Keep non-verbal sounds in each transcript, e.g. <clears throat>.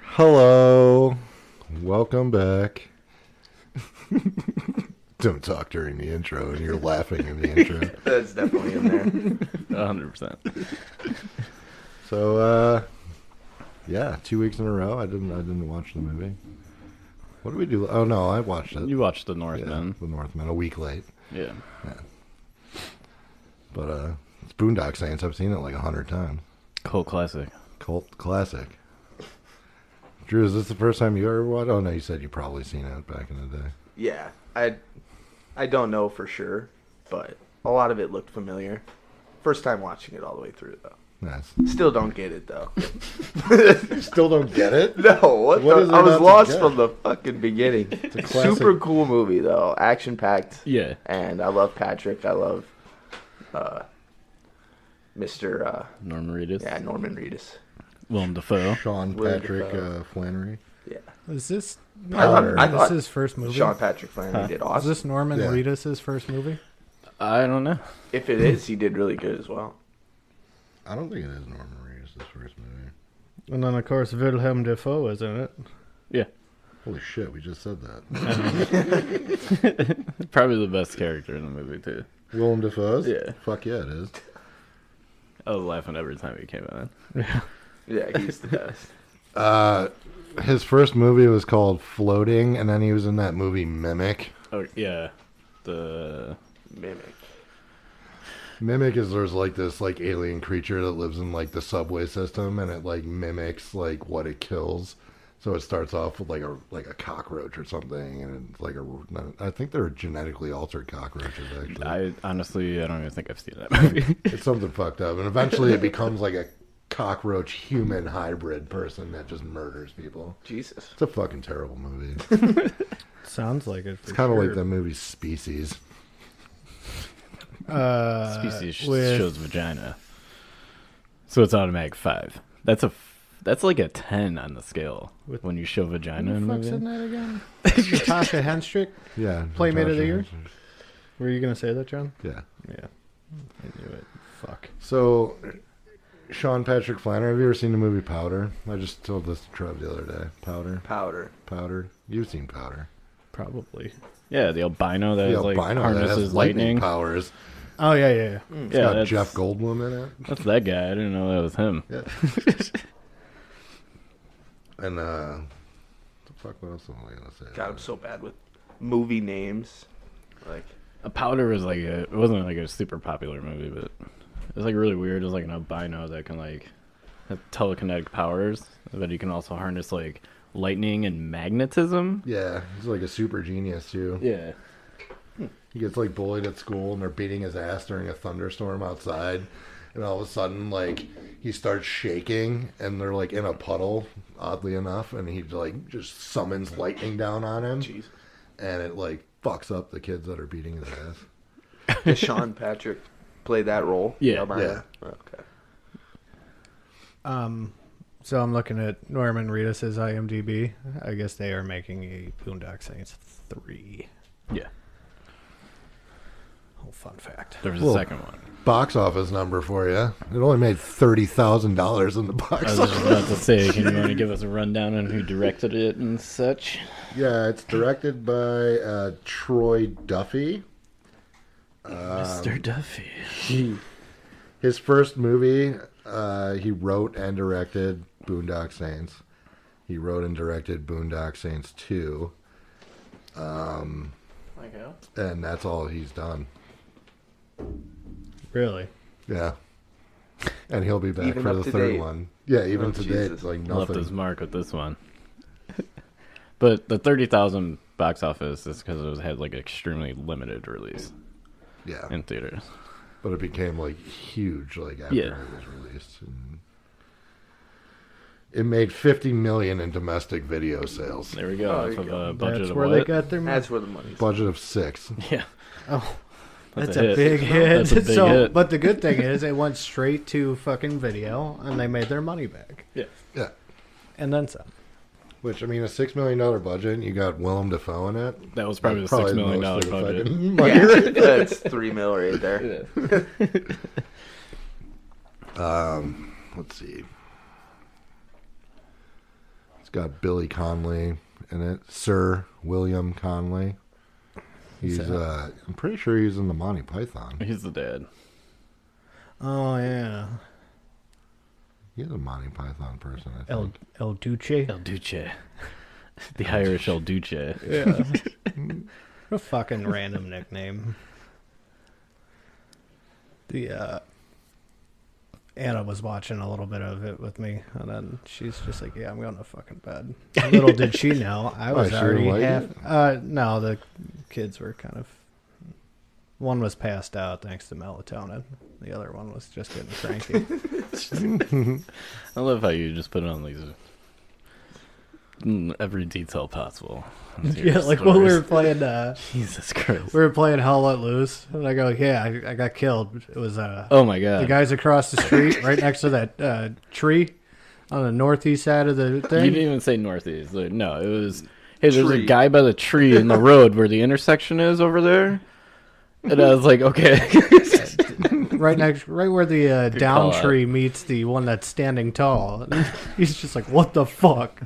Hello. Welcome back. <laughs> Don't talk during the intro and you're laughing in the intro. <laughs> That's definitely in there. hundred <laughs> percent. So uh yeah, two weeks in a row I didn't I didn't watch the movie. What did we do? Oh no, I watched it. You watched The yeah, Northman. The Northman a week late. Yeah. But uh it's Boondock Saints. I've seen it like a hundred times. Cult classic. Cult classic. Drew, is this the first time you ever watched? Oh no, you said you probably seen it back in the day. Yeah, I, I don't know for sure, but a lot of it looked familiar. First time watching it all the way through though. Nice. Still don't get it though. <laughs> Still don't get <laughs> it. no, what, What the- is there I not was to lost get? from the fucking beginning. <laughs> a classic. Super cool movie though, action packed. Yeah. And I love Patrick. I love, uh, Mr. Uh, Norman Reedus. yeah Norman Reedus. Willem Dafoe. Sean Willem Patrick Dafoe. uh, Flannery. Yeah, Is this I thought- I this thought his first movie? Sean Patrick Flannery did Is awesome. this Norman Yeah. Reedus' first movie? I don't know. If it is, he did really good as well. I don't think it is Norman Reedus' first movie. And then of course Wilhelm Dafoe is in it. Yeah. Holy shit, we just said that. Probably the best character in the movie too. Willem Dafoe's? Yeah. Fuck yeah, it is. I was laughing every time he came on. Yeah, <laughs> he's the best. Uh, his first movie was called Floating, and then he was in that movie Mimic. Oh yeah. The Mimic. Mimic is there's like this like alien creature that lives in like the subway system, and it like mimics like what it kills. So it starts off with like a like a cockroach or something, and it's like a I think they're genetically altered cockroaches actually. I honestly I don't even think I've seen that <laughs> movie. It's something fucked up, and eventually it becomes like a cockroach human hybrid person that just murders people. Jesus. It's a fucking terrible <laughs> movie. Sounds like it. It's kind of like the movie Species. the uh, Species sh- with- shows vagina. So it's automatic five. That's a f- that's like a ten on the scale With- when you show vagina in a Who the fuck's in movie. that <laughs> again? Natasha Henstrick. Yeah. Playmate of the Natasha year? Henstridge. Were you gonna say that, John? Yeah. Yeah, I knew it. Fuck. So, Sean Patrick Flannery, have you ever seen the movie Powder? I just told this to Trev the other day. Powder. Powder. Powder. You've seen Powder. Probably. Yeah, the albino that The like albino that harnesses has lightning lightning. powers. Oh yeah, yeah, yeah. It's yeah, got that's- Jeff Goldblum in it. That's that guy. I didn't know that was him. Yeah. and uh, what the fuck? What else am I gonna say? God, I'm so bad with movie names. Like, A powder was like a, it wasn't like a super popular movie, but it was like really weird. It was like an albino that can like have telekinetic powers, but he can also harness like lightning and magnetism. Yeah, he's like a super genius too. Yeah, He gets like bullied at school, and they're beating his ass during a thunderstorm outside. And all of a sudden, like he starts shaking, and they're like in a puddle, oddly enough. And he like just summons lightning down on him, Jesus. and it like fucks up the kids that are beating his ass. Does Sean <laughs> Patrick play that role? Yeah. Albino? Yeah. Okay. Um, so I'm looking at Norman Reedus' IMDb. I guess they are making a Boondock Saints three. yeah. Oh, fun fact. There was Well, a second one. Box office number for you. It only made thirty thousand dollars in the I box was office. just about to say, can you want to give us a rundown on who directed it and such? Yeah, it's directed by uh, Troy Duffy. Um, Mr. Duffy. His first movie, uh, he wrote and directed Boondock Saints. He wrote and directed Boondock Saints 2, Like how? and that's all he's done. Really? Yeah. And he'll be back Even for up the to third date. one. Yeah, even Oh, today, Jesus. it's like Left his nothing. mark with this one. <laughs> but the thirty thousand box office is because it was, had like extremely limited release Yeah. in theaters. But it became like huge like after Yeah. it was released. And it made 50 million in domestic video sales. There we Oh, go. off there of you go. a budget That's of where what? they got their That's where the money's. Budget of 6. <laughs> Yeah. Oh, That's that's, a a, hit. <laughs> big hit. That's a big <laughs> so, hit. but the good thing is, it went straight to fucking video, and they made their money back, Yeah. Yeah. and then some. Which I mean, a six million dollar budget. and You got Willem Dafoe in it. That was probably the six million dollar budget. <laughs> yeah, that's three mil right there. Let's see. It's got Billy Conley in it, Sir William Conley. He's that? uh, I'm pretty sure he's in the Monty Python. He's the dad. Oh yeah, He's a Monty Python person. I El think. El Duce. El Duce. <laughs> The Irish El Duce. Yeah, <laughs> what a fucking random nickname. The uh, Anna was watching a little bit of it with me, and then she's just like, "Yeah, I'm going to fucking bed." little did she know, I Why, was she already liked half. it? Uh, no, the kids were kind of. One was passed out thanks to melatonin. The other one was just getting <laughs> cranky. I love how you just put it on these mm, every detail <laughs> possible. yeah, like when we were playing uh, <laughs> Jesus Christ. we were playing Hell Let Loose, and I go, "Yeah, I, I got killed." It was uh, oh my the god. guys across <laughs> the street, right next to that uh, tree on the northeast side of the you thing. didn't even say northeast. Like, no, it was hey, there's a Tree. guy by the tree <laughs> in the road where the intersection is over there. And I was like, okay. Right next, right where the uh, down call out. tree meets the one that's standing tall. <laughs> He's just like, "What the fuck."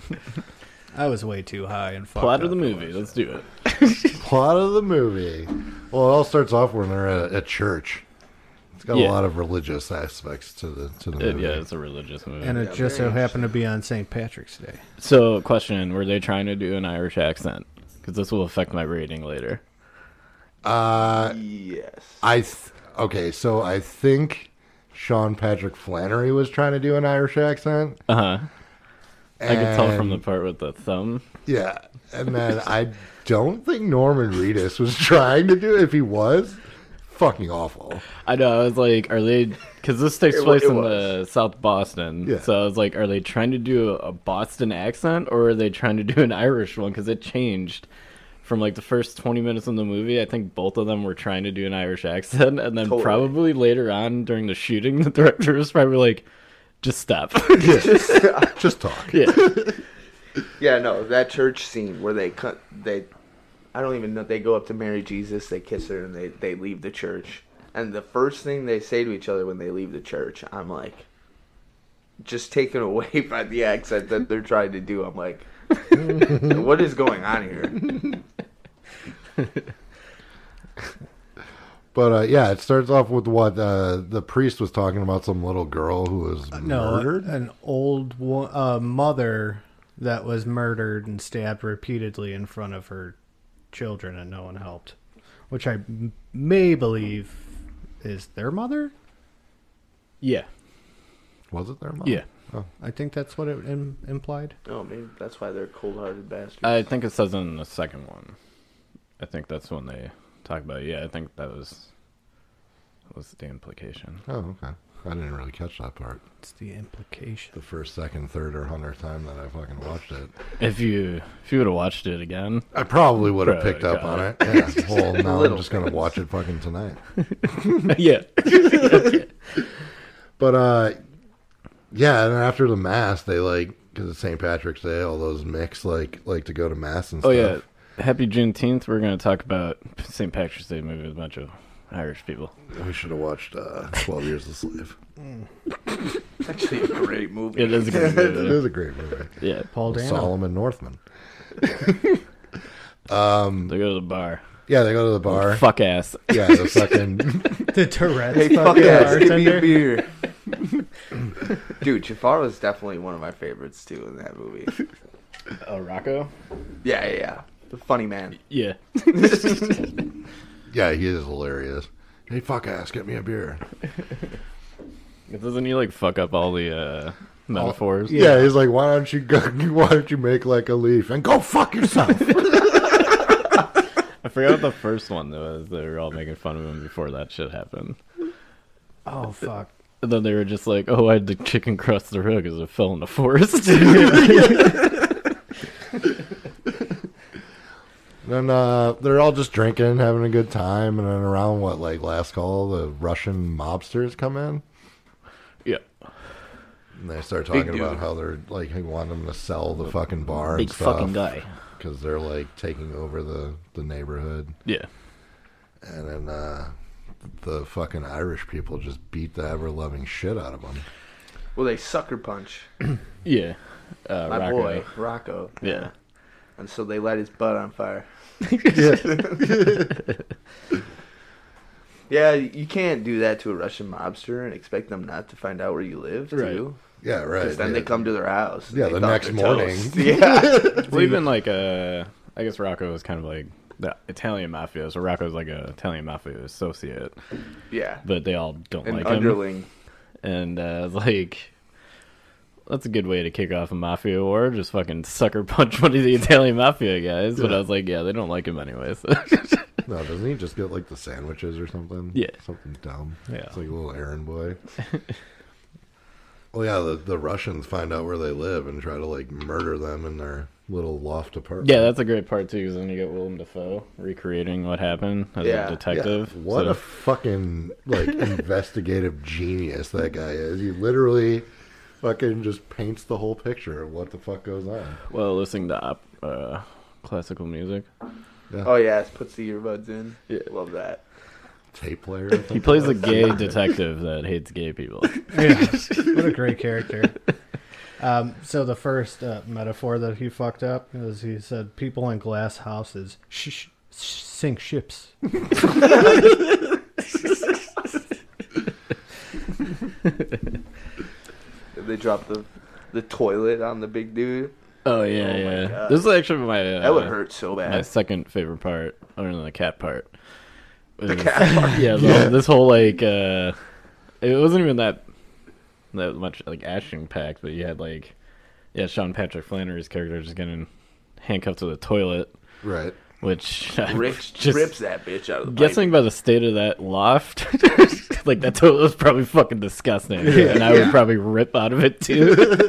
I was way too high and fucked Plot of up. the movie. Let's do it. plot of the movie. Well, it all starts off when they're at a church. It's got Yeah. a lot of religious aspects to the to the It- movie. yeah, it's a religious movie. And it Yeah, just so very happened to be on St. Patrick's Day. so, question: Were they trying to do an Irish accent? Because this will affect my rating later. Uh, Yes. I th- okay, so I think Sean Patrick Flannery was trying to do an Irish accent. Uh huh. I could tell from the and- part with the thumb. yeah, and then I don't think Norman Reedus was trying to do it. If he was, fucking awful. I know. I was like, are they? Because this takes <laughs> It wa- place it in the South Boston. Yeah. So I was like, are they trying to do a Boston accent or are they trying to do an Irish one? Because it changed from like the first twenty minutes in the movie. I think both of them were trying to do an Irish accent, and then Totally. probably later on during the shooting, <laughs> the director was probably like, <laughs> just stop. Yeah, just talk. <laughs> yeah. Yeah, no, that church scene where they cut they I don't even know they go up to Mary Jesus, they kiss her and they they leave the church. And the first thing they say to each other when they leave the church, I'm like just taken <laughs> away by the accent that they're trying to do. I'm <laughs> like what is going on here? But uh, yeah, it starts off with what uh, the priest was talking about some little girl who was Uh, No, murdered. an old wo- uh, mother that was murdered and stabbed repeatedly in front of her children, and no one helped, which I m- may believe is their mother. Yeah. Was it their mom? Yeah. Oh, I think that's what it Im- implied. Oh, maybe that's why they're cold-hearted bastards. I think it says in the second one. I think that's when they talk about. it. Yeah, I think that was was the implication. Oh, okay. I didn't really catch that part. It's the implication. The first, second, third, or hundredth time that I fucking watched it, If you if you would have watched it again, I probably would have Probably picked up got on it. Yeah. Well, now I'm Little just gonna watch it fucking tonight. <laughs> yeah, But uh, yeah, and after the mass, they like because it's St. Patrick's Day. All those mix like like to go to mass and oh stuff. yeah. Happy Juneteenth. We're gonna talk about St. Patrick's Day movie with a bunch of Irish people. We should have watched uh, Twelve Years a <laughs> Slave. It's actually a great movie. It is a good It movie. is a great movie. yeah, Paul Dano. Solomon Northman. they go to the bar. Yeah, they go to the bar. Oh, Fuck ass. Yeah, the fucking <laughs> The Tourette's Hey, fuck fucking ass, <laughs> give me a <laughs> bartender. beer. Dude, Jafar was definitely one of my favorites too in that movie. Oh, Rocco. Yeah, yeah, yeah. The funny man. Yeah. yeah, he is hilarious. Hey, fuck ass, get me a beer. Doesn't he like fuck up all the uh, metaphors? Yeah, he's like, why don't you go? <laughs> Why don't you make like a leaf and go fuck <laughs> yourself? I forgot what the first one was. They were all making fun of him before that shit happened. Oh fuck. And then they were just like, "Oh, I had the chicken cross the road because it fell in the forest." <laughs> Then uh, they're all just drinking, having a good time, and then around what like last call, the Russian mobsters come in yeah. and they start Big talking dude. about how they're like they want them to sell the fucking bar and Big fucking guy. because they're like taking over the the neighborhood, Yeah. and then uh, the fucking Irish people just beat the ever loving shit out of them. Well, they sucker punch Yeah. Uh, my Rocco. boy Rocco, Yeah. and so they light his butt on <laughs> fire. Yeah, you can't do that to a Russian mobster and expect them not to find out where you live, Right. too. Yeah, right. Because then yeah. they come to their house. and Yeah, they the thought next they're morning. <laughs> toast. Yeah. Well, even like uh, I guess Rocco is kind of like the Italian mafia. So Rocco's like a Italian mafia associate, yeah. but they all don't An like him. underling. And uh, like, that's a good way to kick off a mafia war. Just fucking sucker punch one of the Italian mafia guys. But I was like, yeah, they don't like him anyway. So No, doesn't he just get like the sandwiches or something? Yeah. Something dumb. Yeah. It's like a little errand <laughs> boy. well, yeah, the, the Russians find out where they live and try to like murder them in their little loft apartment. <laughs> yeah, that's a great part too. Because then you get Willem Dafoe recreating what happened as Yeah. a Yeah. detective. What So- a fucking <laughs> like investigative genius that guy is. He literally fucking just paints the whole picture of what the fuck goes on. well, listening to op, uh, classical music. Oh, yeah. it Puts the earbuds in. Yeah. Love that. Tape player. I He think. plays <laughs> a gay detective that hates gay people. Yeah. what a great character. Um, so the first uh, metaphor that he fucked up was he said, "People in glass houses sh- sh- sink ships." They drop the the toilet on the big dude. Oh yeah, Oh, my yeah. God. This is actually my uh, That would hurt so my bad. second favorite part, other than the cat part. The <laughs> cat part. yeah, the- this whole like uh, it wasn't even that that much like action packed, but you had like yeah, Sean Patrick Flannery's character just getting handcuffed to the toilet, Right. which I Rips, <laughs> just rips that bitch out of the guessing by the state of that loft, <laughs> like that toilet was probably fucking disgusting, and I would probably rip out of <laughs> it too.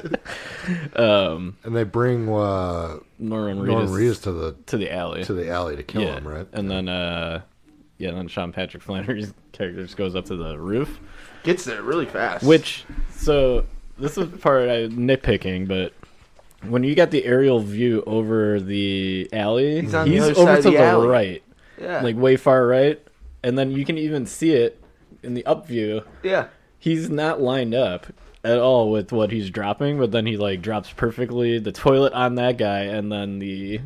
um, And they bring uh, Norman Norman Reedus Reedus to the to the alley. to the alley to kill him, right? And then uh yeah, and then Sean Patrick Flannery's <laughs> character just goes up to the roof. pipe. Gets there really fast. Which so this is the part I nitpicking, but when you got the aerial view over the alley, He's he's, on the other over side of to the the, alley. right. Yeah. Like way far right. And then you can even see it in the up view. yeah. He's not lined up at all with what he's dropping, but then he like drops perfectly the toilet on that guy and then the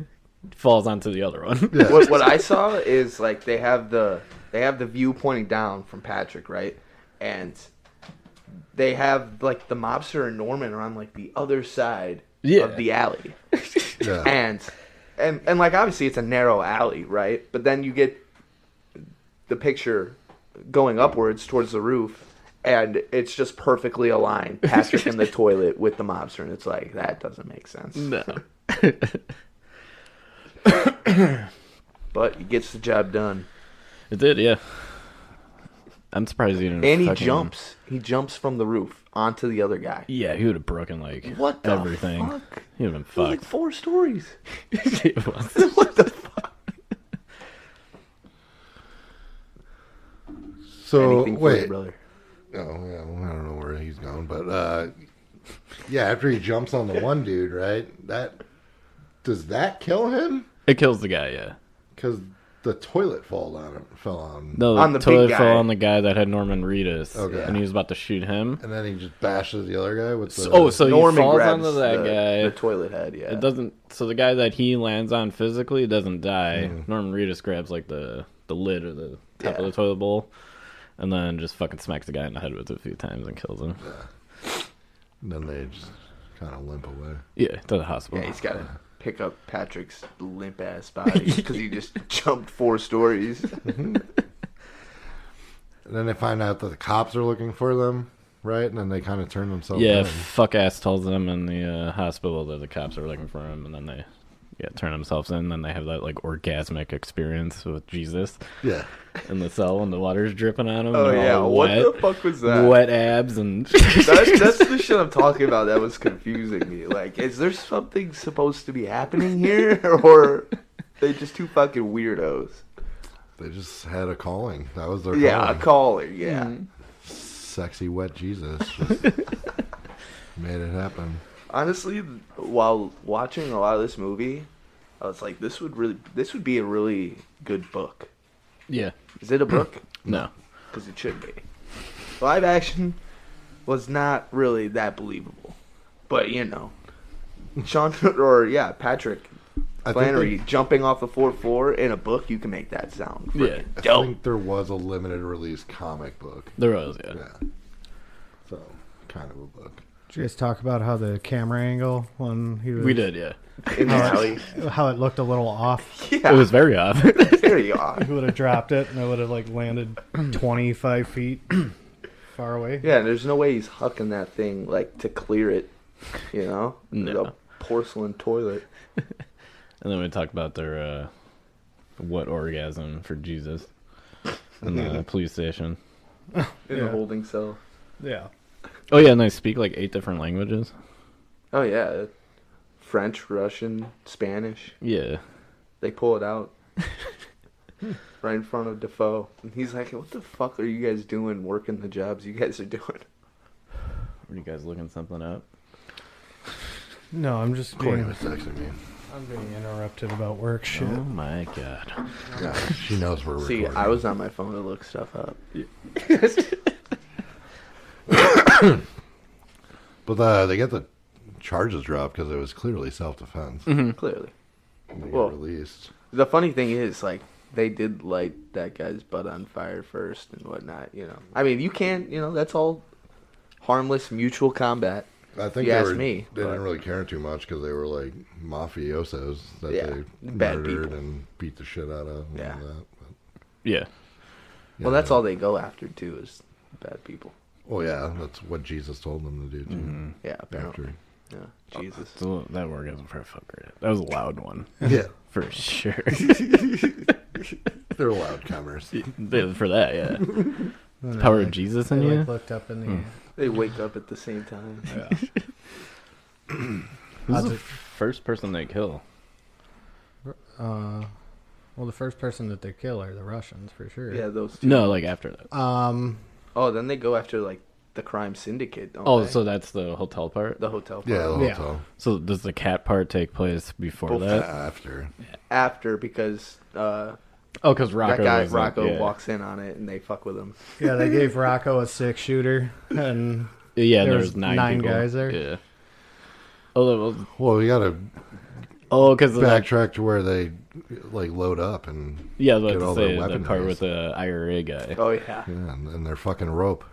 falls onto the other one. what, what I saw is like they have the they have the view pointing down from Patrick, right? And they have like the mobster and Norman are on like the other side Yeah. of the <laughs> alley, <laughs> Yeah. and and and like obviously it's a narrow alley, right? But then you get the picture going upwards towards the roof. And it's just perfectly aligned, Patrick <laughs> in the toilet with the mobster, and it's like that doesn't make sense. <laughs> No. But he gets the job done. It did, yeah. I'm surprised he didn't. And he fucking- jumps. He jumps from the roof onto the other guy. Yeah, he would have broken like What the everything. fuck? He would have been It was like <laughs> fucked. four stories. <laughs> It was. So Anything for you, wait, brother. Oh yeah, well, I don't know where he's going, but uh, yeah, after he jumps on the <laughs> one dude, right? That does that kill him? it kills the guy. Yeah. Because the toilet fall on him, fell on, No, On the big toilet guy. fell on the guy that had Norman Reedus, Okay. and he was about to shoot him. and then he just bashes the other guy with the. oh, so Norman he falls grabs onto that the, guy. the toilet head. Yeah, it doesn't. So the guy that he lands on physically doesn't die. Norman Reedus grabs like the the lid or the Yeah. top of the toilet bowl, and then just fucking smacks the guy in the head with it a few times and kills him. and then they just kind of limp away. Yeah, to the hospital. yeah. He's got to pick up Patrick's limp ass body <laughs> because he just jumped four stories. And then they find out that the cops are looking for them, right? And then they kind of turn Oh, themselves. Yeah, in. fuck ass tells them in the uh, hospital that the cops are looking for him, and then they yeah turn themselves in. Then they have that like orgasmic experience with Jesus yeah. in the cell, and the water's dripping on him. Oh and yeah, all what wet, the fuck was that? Wet abs and That's, that's the shit I'm talking about. That was confusing me. Like, is there something supposed to be happening here, <laughs> or they just two fucking weirdos? They just had a calling. That was their Yeah, a calling. caller. Yeah. Sexy wet <laughs> Jesus just made it happen. honestly while watching a lot of this movie i was like this would really this would be a really good book <laughs> yeah, is it a book no, because it should be live action was not really that believable. But you know, Sean <laughs> or yeah, Patrick I think Flannery they- jumping off the fourth floor in a book, you can make that sound. Yeah. freaking I dope. think there was a limited release comic book. There was, yeah. Yeah. So, kind of a book. Did you guys talk about how the camera angle when he was We did, yeah. in the alley. how it looked a little off. <laughs> Yeah, It was very off. <laughs> there you are. He would have dropped it and it would have like landed twenty five feet far away. Yeah, there's no way he's hucking that thing like to clear it. You know, No. the porcelain toilet. and then we talked about their uh, what orgasm for Jesus in the police station. in Yeah. the holding cell. Yeah. Oh yeah, and they speak like eight different languages. Oh yeah, French, Russian, Spanish. Yeah. They pull it out right in front of Defoe, and he's like, "What the fuck are you guys doing? Working the jobs you guys are doing?" Were you guys looking something up? No, I'm just Courtney being, was texting me. I'm being interrupted about work shit. Oh my god. Yeah, she knows we're See, recording. I was on my phone to look stuff up. But uh, they got the charges dropped because it was clearly self defense. Clearly, They got Mm-hmm. Well- released. the funny thing is, like, they did light that guy's butt on fire first and whatnot. You know, I mean, you can't. You know, that's all harmless mutual combat. I think You they asked were- me, They but- didn't really care too much because they were like mafiosos that Yeah, they bad murdered people. and beat the shit out of. And Yeah. All that. But, Yeah. yeah, Well, that's all they go after too is bad people. Well, yeah, that's what Jesus told them to do too. Yeah, apparently. After, Yeah, Jesus. Mm-hmm. So that orgasm for a fucker. That was a loud one. <laughs> yeah, For <laughs> sure. they're allowed <laughs> comers. Yeah, for that, <laughs> yeah. Then I, Power of Hmm. like, Jesus I, in like, you. looked up in the uh, They wake up at the same time. Who's Odds the of- first person they kill? uh, well the first person that they kill are the Russians for sure. Yeah, those two. No, like after that. Um Oh, then they go after like the crime syndicate. Don't Oh, they? so that's the hotel part. the hotel. Yeah, part. the Yeah. hotel. So does the cat part take place before Before- that? After, After because uh, Oh, because Rocco. that guy was like- Rocco yeah. walks in on it and they fuck with him. yeah, they gave Rocco a six shooter and Yeah, There there's, was nine, nine people. guys there. Yeah. Oh, that was- well, we got to oh, because backtrack to where they like load up and yeah, I was get about all to their say that weaponized. part with the IRA guy. Oh yeah, yeah, and, and their fucking rope.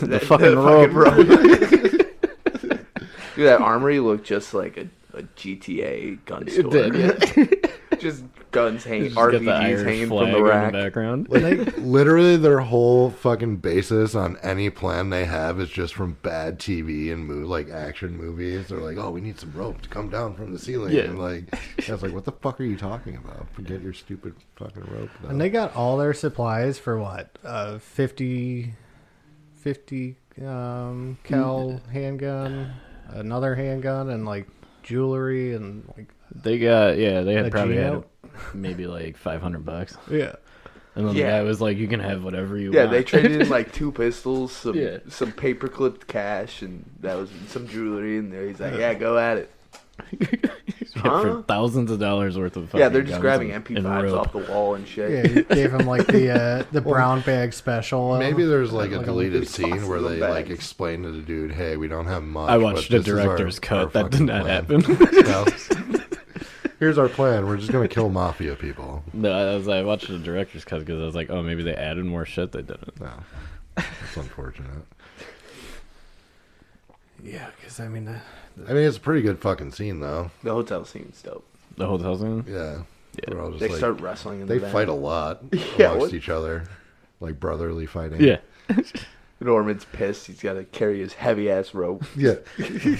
the, fucking <laughs> rope. Dude, that armory looked just like a, a GTA gun store. <laughs> just guns hanging, Just get the RPGs Irish hanging from flag the in the rack. background. Like literally, their whole fucking basis on any plan they have is just from bad TV and mo- like action movies. They're like, "Oh, we need some rope to come down from the ceiling." Yeah. And like, I was like, "What the fuck are you talking about? Forget your stupid fucking rope." now." And they got all their supplies for what? Uh, 50, 50 um, cal Mm. handgun, another handgun, and like jewelry and like They got yeah, they had A probably had Gino? maybe like five hundred bucks, yeah. and then Yeah. the guy was like, "You can have whatever you Yeah, want." they traded in like two pistols, some Yeah. some paper clipped cash, and that was some jewelry in there. He's like, "Yeah, go at it." <laughs> Yeah, Huh? for thousands of dollars worth of. Yeah, they're fucking just guns grabbing and- and MP5s rope. off the wall and Yeah, shit. you gave him like the uh, the brown bag special. Maybe there's like a Like a deleted movie scene sauce where in the they bag. like explain to the dude, "Hey, we don't have much." I but watched the this is our- director's our cut. That did fucking not plan." happen. <laughs> No. <laughs> Here's our plan. We're just gonna kill mafia people. no, I was I watched the director's cut because I was like, "Oh, maybe they added more shit they didn't." No, that's unfortunate. yeah, because I mean, uh, I mean, it's a pretty good fucking scene though. The hotel scene's dope. The hotel scene. Yeah, They're all just, They like- start wrestling in They the fight a lot <laughs> Yeah, amongst what- each other, like brotherly fighting. Yeah. Norman's pissed. He's got to carry his heavy ass rope. <laughs> yeah,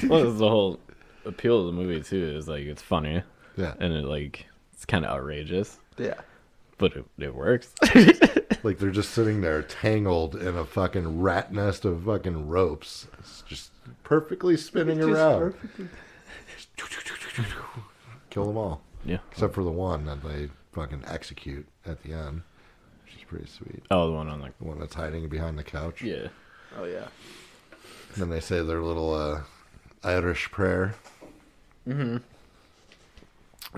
well, that's the whole appeal of the movie too. Is like it's funny yeah. and it like it's kind of outrageous, <laughs> Yeah. but it, it works. <laughs> Like they're just sitting there tangled in a fucking rat nest of fucking ropes, it's just perfectly spinning Just around. perfect. <laughs> Kill them all yeah. except for the one that they fucking execute at the end, which is pretty sweet. Oh, the one on like The one that's hiding behind the couch. yeah. Oh yeah. And then they say their little uh, Irish prayer. It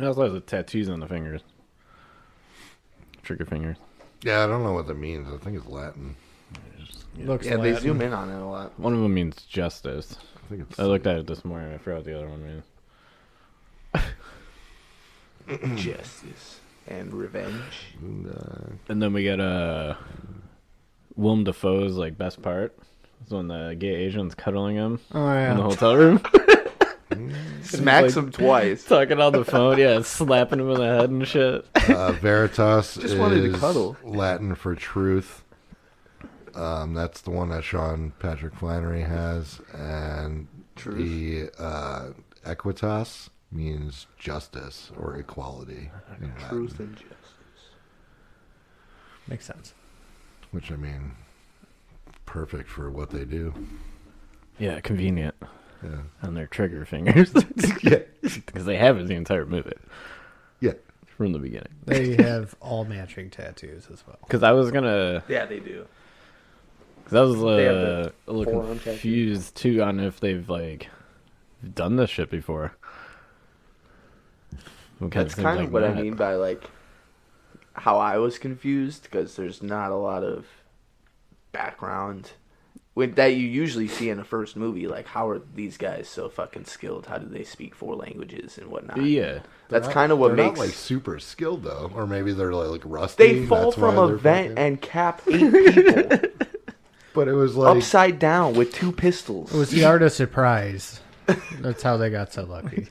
also has the tattoos on the fingers, trigger fingers. Yeah, I don't know what that means. I think it's Latin. It just- Looks Yeah, they Latin. zoom in on it a lot. <clears throat> One of them means justice. I think it's. I looked at it this morning. I forgot what the other one means. Justice and revenge. And, uh, And then we got uh, Willem Dafoe's like best part. It's when the gay Asian's cuddling him Oh in the yeah. hotel room, <laughs> Smacks like- him twice. talking on the <laughs> phone. Yeah, slapping him in the head and shit. uh, Veritas Just is wanted to cuddle. Latin for truth. Um, that's the one that Sean Patrick Flannery has, and Truth. the uh, Equitas means justice or equality in Latin, <laughs> Truth and justice. Makes sense. which I mean, perfect for what they do. Yeah, convenient Yeah, on their trigger fingers <laughs> yeah, <laughs> because they have it the entire movie yeah. from the beginning. They have all matching tattoos as well. Because I was gonna Yeah, they do. Because I was They have uh, the a little forearm tattoo. confused too on if they've like done this shit before. Because That's it seems kind like of what I not. mean by like how I was confused because there's not a lot of background with that you usually see in a first movie. Like, how are these guys so fucking skilled? How do they speak four languages and whatnot? Yeah, That's They're not- kind of what they're makes not like super skilled though, or maybe they're like, like rusty. they fall that's why from a they're vent fucking- <laughs> and cap eight people But it was like upside down with two pistols. It was the art of surprise. That's how they got so lucky.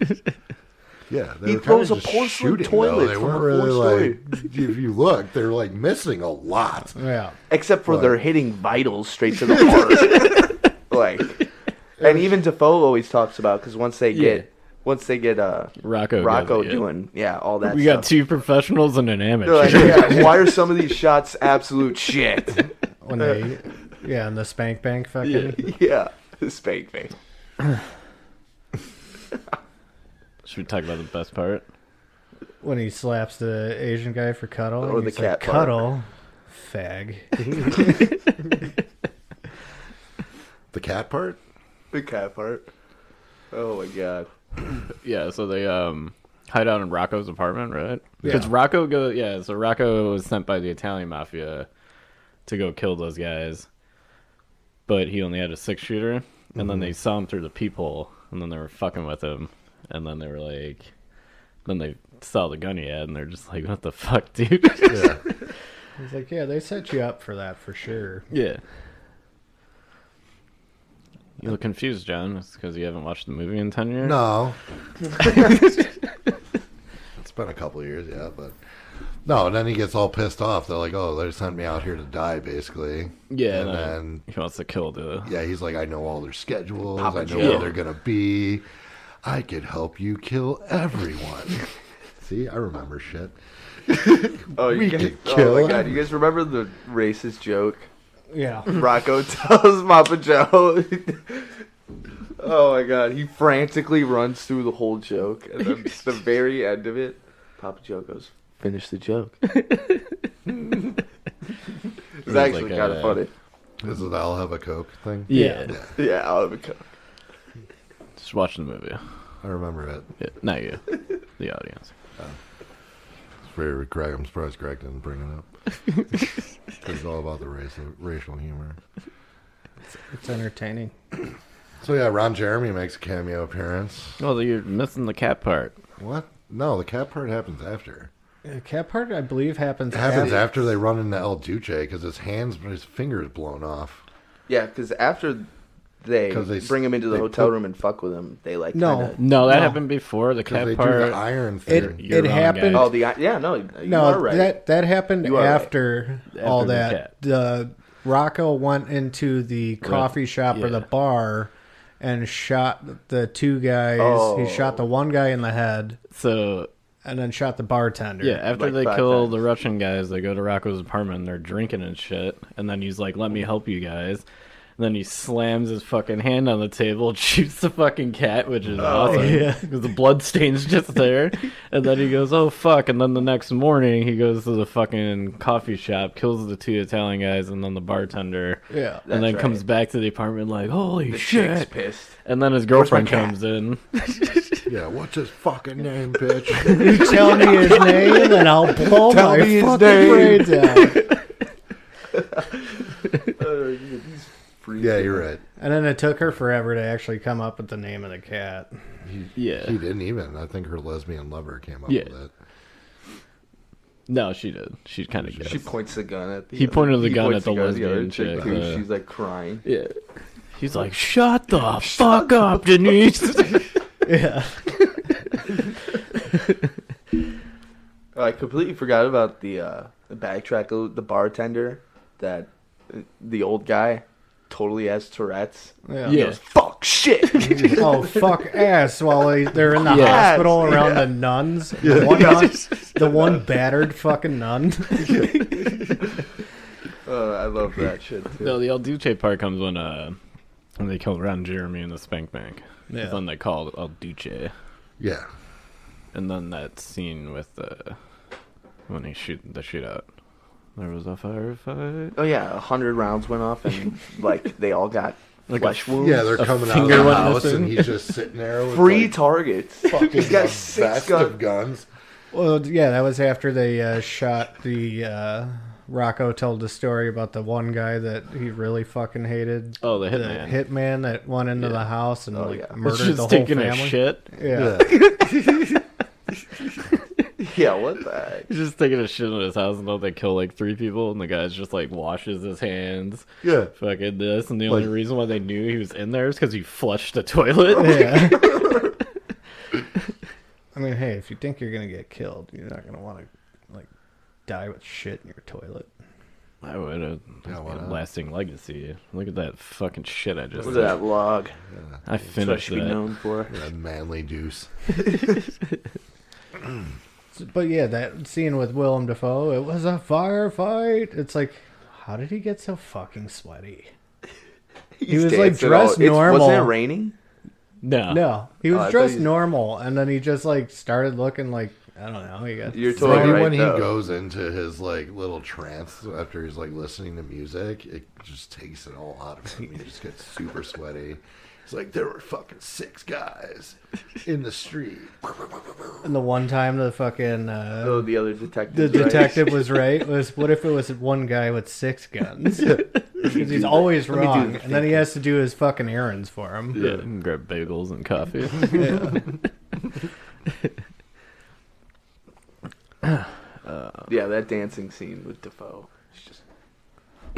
Yeah, they He were kinda throws a just porcelain shooting, toilet though. They from weren't the really fourth like. <laughs> If you look, they're like missing a lot. Yeah. Except for Right. they're hitting vitals straight to the heart. like, and even Defoe always talks about because once they Yeah. get once they get uh Rocco. does Rocco it, yeah. doing yeah all that. We stuff. got two professionals and an They're like, <laughs> amateur. yeah, why are some of these shots absolute shit? <laughs> When they Yeah, and the spank bank fucking yeah, spank me. Should we talk about the best part? when he slaps the Asian guy for cuddle. Or the he's cat like, part. cuddle. Fag. The cat part. The cat part. Oh my god. Yeah, so they um hide out in Rocco's apartment, right? Because Rocco goes. Yeah, so Rocco was sent by the Italian mafia to go kill those guys, but he only had a six shooter, and Mm-hmm. then they saw him through the peephole, and then they were fucking with him, and then they were like, then they saw the gun he had, and they're just like, "What the fuck, <laughs> dude?" <laughs> Yeah, He's like, Yeah, they set you up for that for sure. yeah. You look confused, John. It's because you haven't watched the movie in ten years. <laughs> no. it's been a couple of years, yeah, but no. And then he gets all pissed off. They're like, "Oh, they sent me out here to die, basically." Yeah, and no. then he wants to kill the Yeah, he's like, I know all their schedules. Papa I know Joe. where they're gonna be. I could help you kill <laughs> everyone. See, I remember shit. Oh, you We guys, could oh kill my god. him. You guys remember the racist joke? Yeah. Rocco <laughs> tells Papa Joe. oh my god, he frantically runs through the whole joke, and then the very end of it, Papa Joe goes, "Finish the joke." it's actually like, kind of uh, funny. This is the I'll have a coke thing. yeah. Yeah, I'll have a cup. Just watch the movie. I remember it. Yeah, <laughs> not you, the audience. It's very Greg. I'm surprised Greg didn't bring it up. 'Cause it's all about the racial racial humor. It's entertaining. So yeah, Ron Jeremy makes a cameo appearance. Well, you're missing the cat part. What? No, the cat part happens after. The cat part I believe happens It happens after- after they run into El Duce because his hands, his fingers blown off. Yeah, because after they, 'Cause they s- bring him into the they hotel put- room and fuck with him, they like No. kinda- No, that No. happened before the Because cat they do part. the iron thing. <laughs> It You're it wrong, happened guys. Oh, the yeah, no, you No, are right. that that happened You are right. after After all the that. cat. The Rocco went into the coffee shop or the yeah. bar and shot the two guys. Oh. He shot the one guy in the head So and then shot the bartender. yeah, after Like they five kill times. the Russian guys, they go to Rocco's apartment. and They're drinking and shit, and then he's like, "Let me help you guys." And then he slams his fucking hand on the table, and <laughs> shoots the fucking cat, which Oh, is awesome. yeah. because the blood stain's just there. and then he goes, "Oh fuck!" And then the next morning, he goes to the fucking coffee shop, kills the two Italian guys, and then the bartender. Yeah. and then That's comes right. back to the apartment like, "Holy the shit!" chick's <laughs> pissed. And then his my girlfriend cat? <laughs> comes in. Yeah, what's his fucking name, <laughs> bitch? You tell me his name and I'll blow Tell my me his fucking name. brains out. Or you get these freaks. Yeah, you're right. And then it took her forever to actually come up with the name of the cat. Yeah. She didn't even. I think her lesbian lover came up Yeah. with it. No, she did. She kind of She guessed. points the gun at the. He other- pointed the gun points at the other lesbian chick, too. yeah. She's like crying. Yeah. He's like, shut the fuck up, <laughs> Denise. <laughs> Yeah. I completely forgot about the uh, the backtrack. The bartender, that uh, the old guy, totally has Tourette's. Yeah. Yeah. Goes, Fuck shit. <laughs> Mm. Oh fuck ass! While they- they're in the Yeah. hospital around the <laughs> nuns, the one, nun, the one battered fucking nun. uh, I love that shit too. no, the El Duce part comes when uh when they kill Ron Jeremy in the Spank Bank. Yeah. That's when they call El Duce. Yeah. And then that scene with the when they shoot the shootout. There was a firefight. Oh yeah, a hundred rounds went off, and like they all got <laughs> Like a flesh wounds. Yeah, they're coming out of finger the went house missing. and he's just sitting there with free like, targets. fucking <laughs> He's got the six best guns. of guns. Well, yeah, that was after they uh, shot the. Uh, Rocco told the story about the one guy that he really fucking hated. Oh, the the hitman. hitman that went into Yeah. the house and Oh, like yeah. It's murdered just the whole taking family. a shit. Yeah. Yeah, what the heck? He's just taking a shit in his house until they kill like three people, and the guy's just like washes his hands. Yeah. Fucking this, and the Like- only reason why they knew he was in there is because he flushed the toilet. <laughs> <laughs> Yeah. I mean, hey, if you think you're gonna get killed, you're not gonna want to like die with shit in your toilet. I would have Yeah, why a not? lasting legacy. Look at that fucking shit I just. Look at that log. I That's what I finished should be that. known for. That manly deuce. So- But yeah, that scene with Willem Dafoe, it was a firefight. It's like, how did he get so fucking sweaty? He's was, like, dancing all- dressed it's- normal. Wasn't it raining? No, No, he Oh, I was thought dressed he- normal, and then he just like started looking like I don't know. He got You're thrown- totally Maybe right, when he though. goes into his like little trance after he's like listening to music, it just takes it all out of him. He just <laughs> gets super sweaty. It's like there were fucking six guys in the street. And the one time the fucking uh, <laughs> Oh, the other detective. the right? detective was right was what if it was one guy with six <laughs> guns? Because he's always Let me do wrong, the and then he has to do his fucking errands for him. yeah, and grab bagels <laughs> and coffee. Yeah, that dancing scene with Defoe.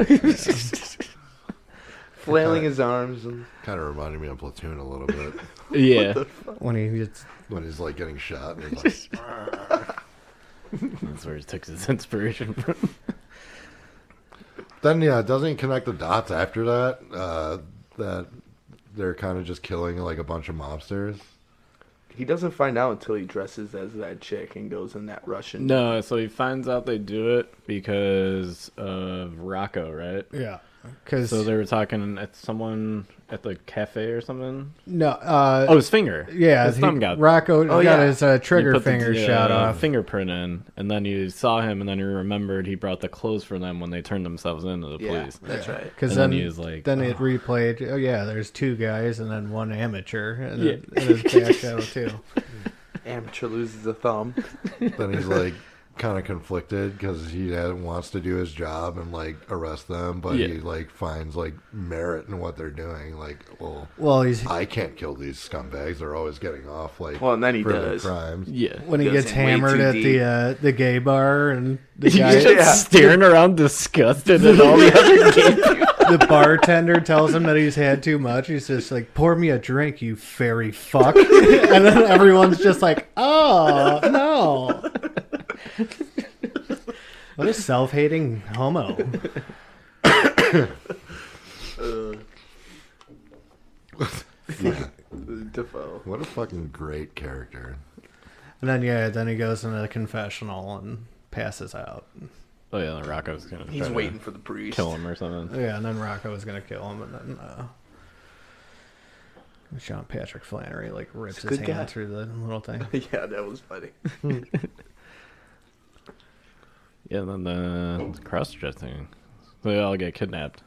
He's just <laughs> flailing his arms. And... Kind of reminded me of Platoon a little bit <laughs> yeah, When he gets when he's like getting shot. And he's <laughs> like, that's where he took his inspiration from. then yeah, it doesn't connect the dots after that. Uh, that they're kind of just killing like a bunch of mobsters. He doesn't find out until he dresses as that chick and goes in that Russian. No, so he finds out they do it because of Rocco, right? yeah, because So they were talking at someone at the cafe or something. no, uh, Oh, his finger. yeah, his he, thumb got Rocco got Oh, yeah. his uh, he trigger put the, finger uh, shot off. Fingerprint in, and then you saw him, and then you remembered he brought the clothes for them when they turned themselves into the Yeah, police. that's right. Because And then then, he was like, then it "Oh." replayed. Oh yeah, there's two guys and then one amateur, and Yeah. it, it was back <laughs> shadow too. Amateur loses a thumb. then he's like kind of conflicted because he had- wants to do his job and like arrest them, but Yeah. he like finds like merit in what they're doing. Like, well, Well, he's I can't kill these scumbags; they're always getting off. Like, Well, and then he for their does. crimes. <laughs> Yeah. when he goes gets in way hammered too at deep. the uh, the gay bar, and <laughs> the He's guy, just staring around disgusted at all the <laughs> other kids. the bartender tells him that he's had too much. He's just like, "Pour me a drink, you <laughs> fairy fuck," and then everyone's just like, "Oh no." What a self-hating homo! Uh, Yeah. Defoe. What a fucking great character. And then yeah, then he goes into the confessional and passes out. Oh yeah, then Rocco's gonna. try He's to waiting for the priest. Kill him or something. Yeah, and then Rocco was gonna kill him, and then uh, Sean Patrick Flannery like rips He's a his good hand guy. through the little thing. <laughs> yeah, that was funny. Yeah, and then the cross dressing. They all get kidnapped.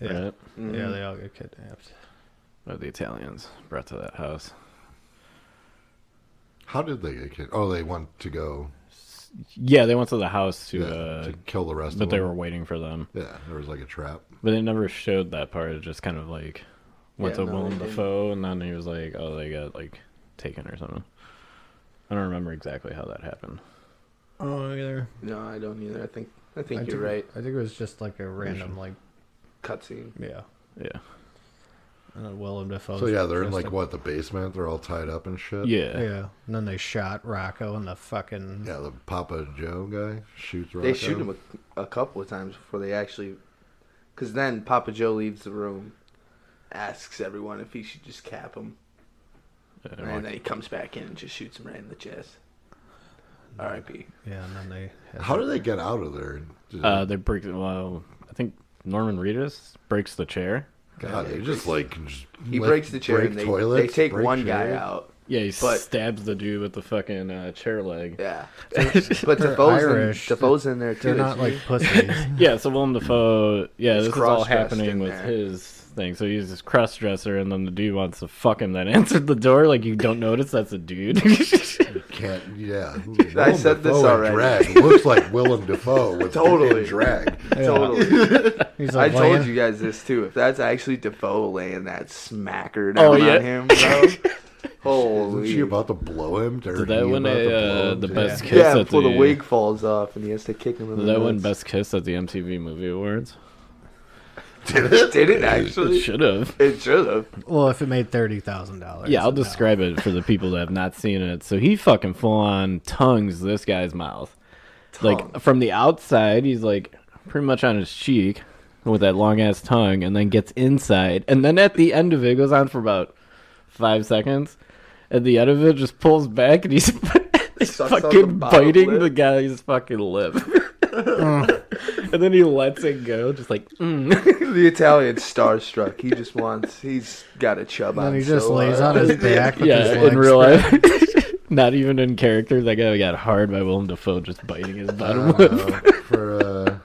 Yeah, Right? Mm-hmm. Mm. yeah, they all get kidnapped. By the Italians brought to that house. How did they get kid? Oh, they want to go. yeah, they went to the house to, yeah, uh, to kill the rest but of they them. were waiting for them. yeah, there was like a trap. But it never showed that part. It just kind of like Yeah, went to no, they Willem didn't. Dafoe, and then he was like, "Oh, they got like taken or something." I don't remember exactly how that happened. Oh, either. No, I don't either. I think I I think you're think- right. I think it was just like a random, like, Cutscene. yeah. Yeah, Uh, Willem Dafoe. So yeah, they're in like what the basement. They're all tied up and shit. Oh, yeah, Yeah. And then they shot Rocco and the fucking. yeah. The Papa Joe guy shoots. They Rocco. shoot him a, a couple of times before they actually, because then Papa Joe leaves the room, asks everyone if he should just cap him, Yeah, and then he comes back in and just shoots him right in the chest. R.I.P. Yeah, and then they. had How the- do they get out of there? Just- Uh, they break. Well, I think Norman Reedus breaks the chair. God, Yeah, they he just like just He let- breaks the chair break and they, toilets, they take break one guy chairs. out. Yeah, he But- stabs the dude with the fucking uh, chair leg. Yeah, <laughs> but Defoe's Irish. in, Defoe's in there too. They're not isn't like he? pussies. Yeah, so Willem Dafoe, yeah, He's this is all cross-dressed in happening with there. his thing. So he's this cross dresser, and then the dude wants to fuck him that <laughs> answered the door. Like, you don't notice that's a dude. <laughs> Can't <laughs> yeah. I Willem said this Dafoe in already. Drag looks like Willem <laughs> Dafoe with Totally. in drag. <laughs> totally. He's I like, told "Land." you guys this too. If that's actually Defoe laying that smacker down Oh, yeah. on him, bro. Isn't Holy she about to blow him? Or Did he that win about to a, blow uh, him, the too? best kiss Yeah, at before the, the wig falls off and he has to kick him in the Did that win nuts. best kiss at the MTV Movie Awards? Did it? <laughs> Did <laughs> it actually? It should have. It should have. Well, if it made thirty thousand dollars. Yeah, I'll describe it for the people that have not seen it. So he fucking full on tongues this guy's mouth. Like Tongue. from the outside, he's like pretty much on his cheek with that long ass tongue, and then gets inside, and then at the end of it, it goes on for about five seconds. At the end of it, just pulls back, and he's, <laughs> he's Sucks on the bottom fucking biting lip. the guy's fucking lip, and then he lets it go, just like mm. <laughs> The Italian's starstruck. He just wants. He's got a chub And on. then he just so lays hard. on his back. With yeah, his in legs real spread. life. <laughs> Not even in character, that guy got hard by Willem Dafoe just biting his bottom lip. Uh, <laughs> for uh,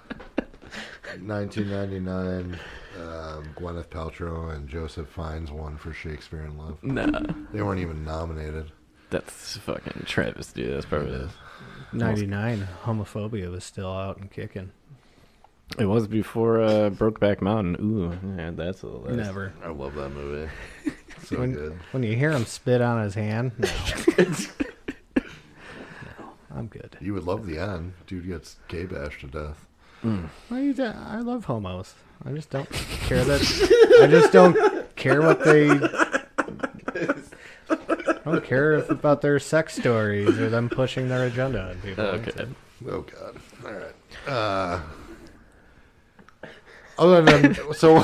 1999, um, Gwyneth Paltrow and Joseph Fiennes won for Shakespeare in Love. Nah, They weren't even nominated. that's fucking travesty. That's probably it. Ninety-nine homophobia was still out and kicking. It was before uh, Brokeback Mountain. Ooh, yeah, that's a list. Never. I love that movie. So When- good. When you hear him spit on his hand, no. No, I'm good. You would love the end. Dude gets gay bashed to death. Mm. Why you da- I love homos. I just don't care that. I just don't care what they. I don't care if, about their sex stories or them pushing their agenda on people. Okay. Oh God! All right. Uh, other than so,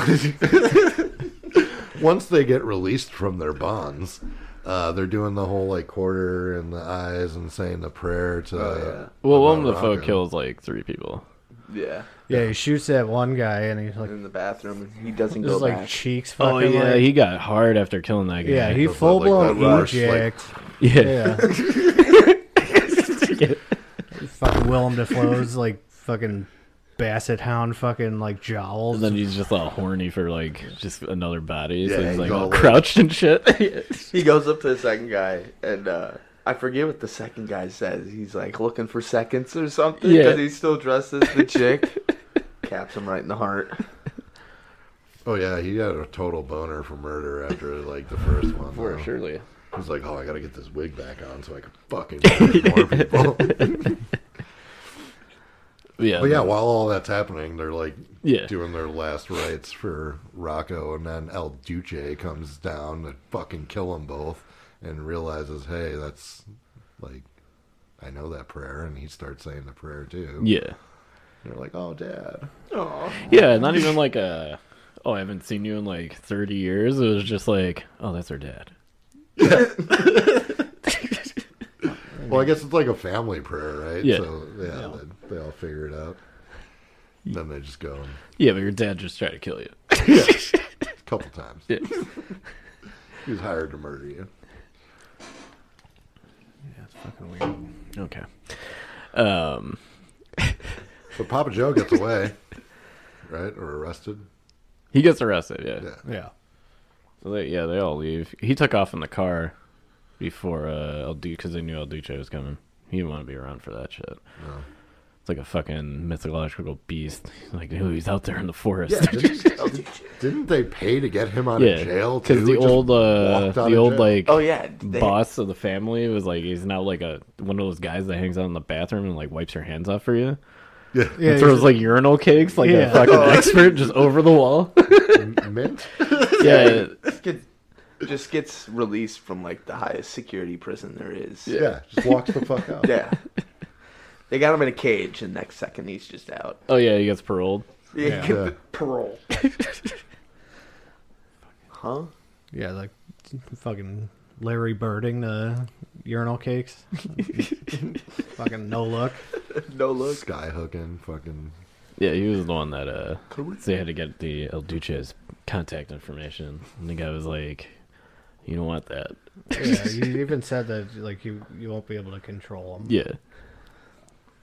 <laughs> once they get released from their bonds, uh, they're doing the whole like quarter and the eyes and saying the prayer to. Oh, Well, about Willem Dafoe Rocco. kills like three people. Yeah, Yeah, he shoots that one guy and he's like, in the bathroom. and He doesn't go his like back. cheeks fucking. Oh yeah, like, he got hard after killing that guy. yeah, he Does that, full blown like, that rush, eject. <laughs> yeah. Yeah. fucking Willem Dafoe's like fucking basset hound fucking like jowls. And then he's just all horny for like just another body. so Yeah, he's like you all go- crouched and shit. <laughs> He goes up to the second guy, and uh, I forget what the second guy says. He's like looking for seconds or something Yeah. because he's still dressed as the <laughs> chick. Caps him right in the heart. Oh yeah, he had a total boner for murder after like the first one. though. surely. He's like, oh, I gotta get this wig back on so I can fucking murder more people. Yeah. but yeah, while all that's happening, they're like Yeah. doing their last rites for Rocco, and then El Duce comes down to fucking kill them both, and realizes, hey, that's like, I know that prayer, and he starts saying the prayer too. Yeah. And they're like, oh, Dad. Aw. Yeah, not even like a oh, I haven't seen you in like thirty years. It was just like, oh, that's her dad. Well, I guess it's like a family prayer, right? Yeah. So yeah, They, they all figure it out. Then they just go a Yeah, but your dad just tried to kill you. couple times. Yeah. <laughs> He was hired to murder you. That's fucking weird. Okay. Um. But Papa Joe gets <laughs> away, right? Or arrested. He gets arrested. Yeah. Yeah. Yeah. So they, yeah, they all leave. He took off in the car before uh, El because they knew El Duce was coming. You don't want to be around for that shit. It's like a fucking mythological beast. Like, oh, he's out there in the forest. Yeah, <laughs> didn't, didn't they pay to get him out Yeah, of jail? because too? the Just old, uh, walked out the of old jail? like, Oh yeah, they- boss of the family was like, he's now like a one of those guys that hangs out in the bathroom and like wipes your hands off for you. yeah, <laughs> Yeah, and throws like urinal cakes, like Yeah. a fucking expert, just over the wall. <laughs> mint. yeah, Get- just gets released from like the highest security prison there is. Yeah, just walks the fuck out. Yeah. they got him in a cage, and next second he's just out. oh yeah, he gets paroled. Yeah. Yeah. Yeah. Parole. huh? Yeah, like fucking Larry Birding the urinal cakes. <laughs> fucking no look. No <laughs> look. Sky hooking, fucking. Yeah, he was the one that uh, they had to get the El Duce's contact information, and the guy was like, "You don't want that." Yeah, you even said that like you you won't be able to control them. Yeah.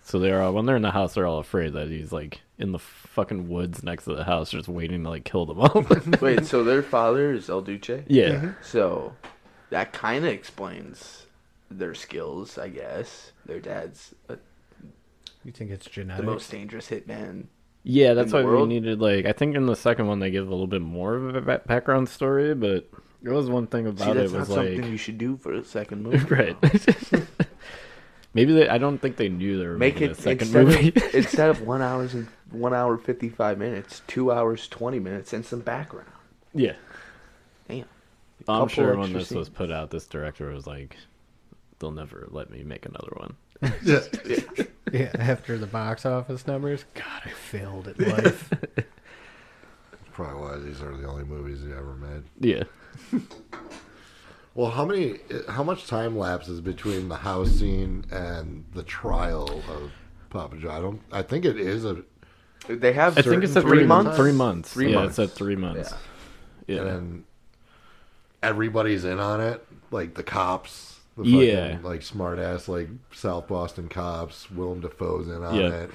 So they're all when they're in the house, they're all afraid that he's like in the fucking woods next to the house, just waiting to like kill them all. <laughs> Wait, so their father is El Duce? yeah. So that kind of explains their skills, I guess. Their dad's a, You think it's the genetic? most dangerous hitman. Yeah, that's the why world? we needed like I think in the second one they give a little bit more of a ba- background story, but there was one thing See, about that's it not was something like you should do for a <laughs> second movie. right. <laughs> Maybe they, I don't think they knew they were Make making it a second instead movie. <laughs> of, <laughs> instead of one hours and one hour fifty five minutes, two hours twenty minutes, and some background. yeah, Damn. A couple I'm sure when extra this was scenes. put out, this director was like, "They'll never let me make another one." Yeah. <laughs> Yeah, after the box office numbers, God, I failed at <laughs> life. Probably why these are the only movies he ever made. Yeah, Well, how many? How much time lapses between the house scene and the trial of Papa John? I don't. I think it is a. They have I think it's at three three months? months. Three months. Three yeah, months. it's at three months. Yeah, And then everybody's in on it, like the cops. The Yeah. Like smart ass, like South Boston cops. Willem Dafoe's in on Yeah. it.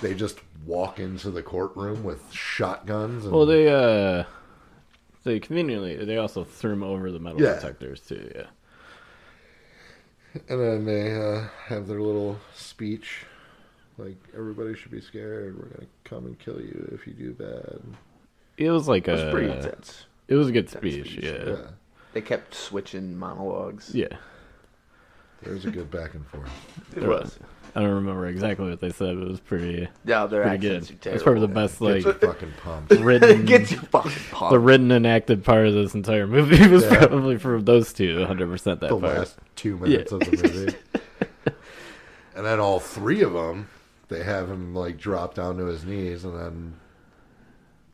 They just walk into the courtroom with shotguns. And, Well, they uh, they conveniently they also threw him over the metal Yeah. detectors too. Yeah. And then they uh, have their little speech, like everybody should be scared. We're gonna come and kill you if you do bad. It was like It was a. pretty intense. it was a good intense speech. speech, Yeah. Yeah, yeah. They kept switching monologues. there's a good back and forth. it there was. I don't remember exactly what they said, but it was pretty Yeah, their pretty good. accents are terrible. It's probably the best like Gets <laughs> you fucking pumped. written Get you fucking <laughs> pumped. the written and acted part of this entire movie <laughs> was Yeah. probably from those two, 100 percent that the part. last two minutes Yeah. of the <laughs> movie. and then all three of them, they have him like drop down to his knees, and then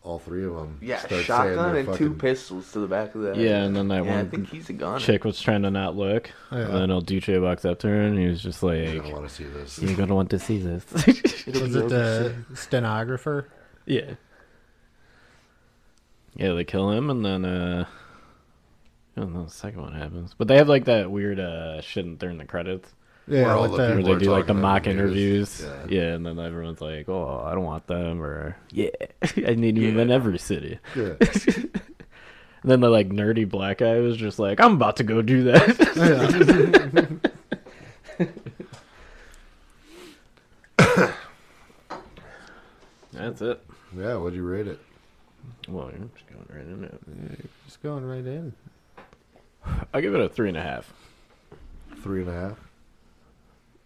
all three of them, yeah, start saying shotgun their and two fucking- pistols to the back of the head. Yeah, and then that yeah, I one think he's a gun. Chick was trying to not look, Yeah. and then old DJ walks up to her and he was just I like, don't want to see this. "You're gonna want to see this." <laughs> Was it uh, the stenographer? Yeah. Yeah, they kill him, and then uh, I don't know. The second one happens, but they have like that weird uh shit during the credits Where Yeah, all with the the- where people- they We're do like the talking to mock interviews. interviews. Yeah. Yeah. and then everyone's like, "Oh, I don't want them," or <laughs> "Yeah, I need him Yeah. in every city." <laughs> Yeah. And then the like nerdy black guy was just like, "I'm about to go do that." <laughs> That's it. yeah, would you rate it? Well, you're just going right in it. <laughs> just going right in. I give it a three and a half. Three and a <laughs> half.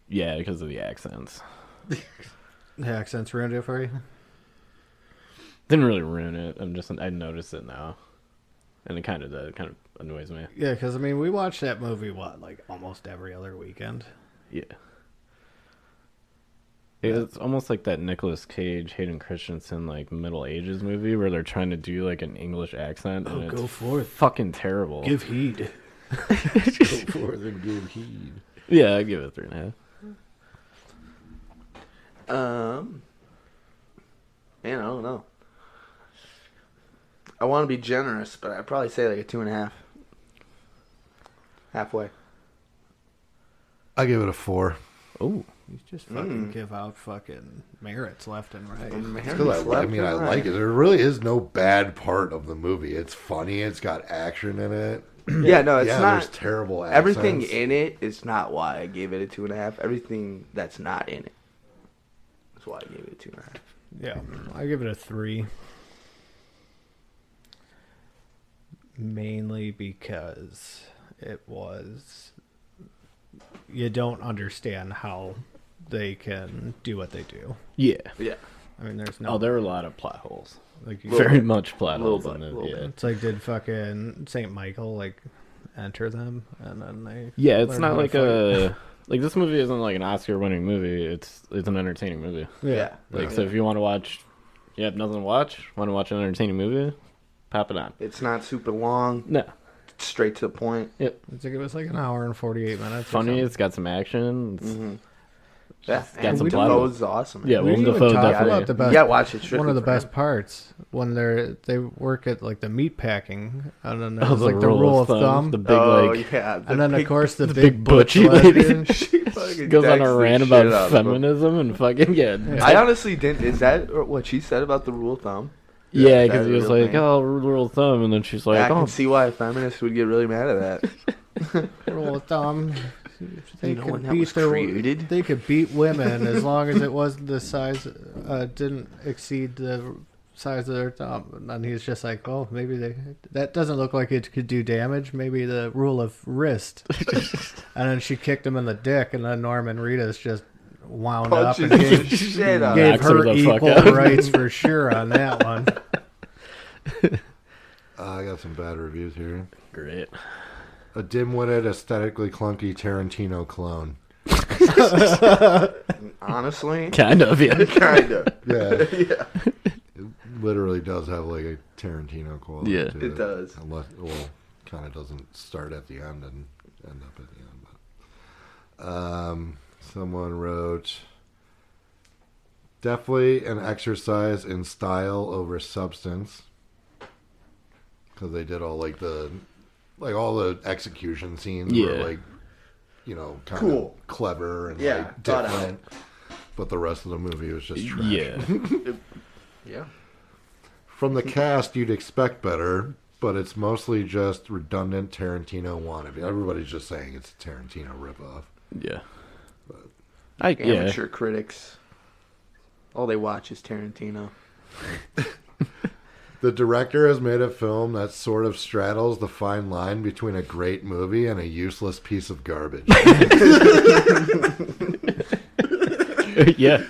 Yeah, because of the accents. The accents ruined it for you. Didn't really ruin it. I'm just I noticed it now, and it kind of did. It kind of annoys me. Yeah, because I mean, we watched that movie what like almost every other weekend. Yeah. It's almost like that Nicolas Cage, Hayden Christensen, like Middle Ages movie where they're trying to do like an English accent. and it's <laughs> forth, fucking terrible. heed. Go forth and give heed. yeah, I give it a three and a half. Um, man, I don't know. I want to be generous, but I'd probably say like a two and a half. Halfway. I give it a four. Oh, You just fucking give out fucking merits left and right. It's 'cause I, li- I mean, I like it. There really is no bad part of the movie. It's funny. It's got action in it. yeah, no, it's yeah, not. there's terrible accents. Everything in it is not why I gave it a two and a half. Everything that's not in it is why I gave it a two and a half. Yeah, I give it a three. Mainly because it was. You don't understand how they can do what they do. Yeah. Yeah. I mean, there's no. Oh, there were a lot of plot holes. like you, Very bit. much plot Little holes in bit, it. little yeah. bit. It's like did fucking Saint Michael like enter them and then they. Yeah, it's learn how not to like fight? a <laughs> like this movie isn't like an Oscar-winning movie. It's it's an entertaining movie. Yeah. Like so, if you want to watch, you have nothing to watch, want to watch an entertaining movie, pop it on. It's not super long. No, It's Straight to the point. It's like it was like an hour and forty eight minutes. or funny. something. It's got some action. It's, Mm-hmm. Yeah, got and some Willem plot. Dafoe's awesome. Yeah, We Willem didn't even Dafoe talk definitely. about the best. yeah. Watch it. strictly one of the for best him. parts when they're they work at like the meat packing and <laughs> then there's Oh, like the rule of thumb, the big Mm-hmm. oh like yeah, the and then of big- course the, the big, big butch butchy lady. <laughs> <laughs> lesbian. she fucking goes on decks a the rant shit out about of him. feminism and fucking yeah. <laughs> I honestly didn't. Is that what she said about the rule of thumb? Yeah, Is that because a he was real like, thing? "Oh, rule of thumb," and then she's Yeah, I like, "Oh, can see why feminists would get really mad at that. rule of thumb. um, They You know when could that beat was their, created? they could beat women as long as it wasn't the size uh, didn't exceed the size of their thumb. And then he's just like, oh, maybe they that doesn't look like it could do damage. Maybe the rule of <laughs> wrist. and then she kicked him in the dick, and then Norman Reedus just wound Punches up and the gave, <laughs> shit out. of gave him. Knocks her her the fuck equal out. rights for sure on that one. Uh, I got some bad reviews here. great." A dim-witted, aesthetically clunky Tarantino clone. Honestly, Kind <laughs> of, yeah. kind of. Yeah, It <laughs> literally does have like a Tarantino quality. Yeah. to It does. Unless, well, kind of doesn't start at the end and end up at the end. But um, someone wrote, definitely an exercise in style over substance, because they did all like the, like all the execution scenes Yeah. were like, you know, kind Cool. of clever and Yeah, like thought out. different. But the rest of the movie was just trash. Yeah, Yeah. From the cast, you'd expect better, but it's mostly just redundant Tarantino wannabe. Everybody's just saying it's a Tarantino ripoff. yeah. I yeah. Amateur critics. All they watch is Tarantino. The director has made a film that sort of straddles the fine line between a great movie and a useless piece of <laughs> garbage. <laughs> yeah,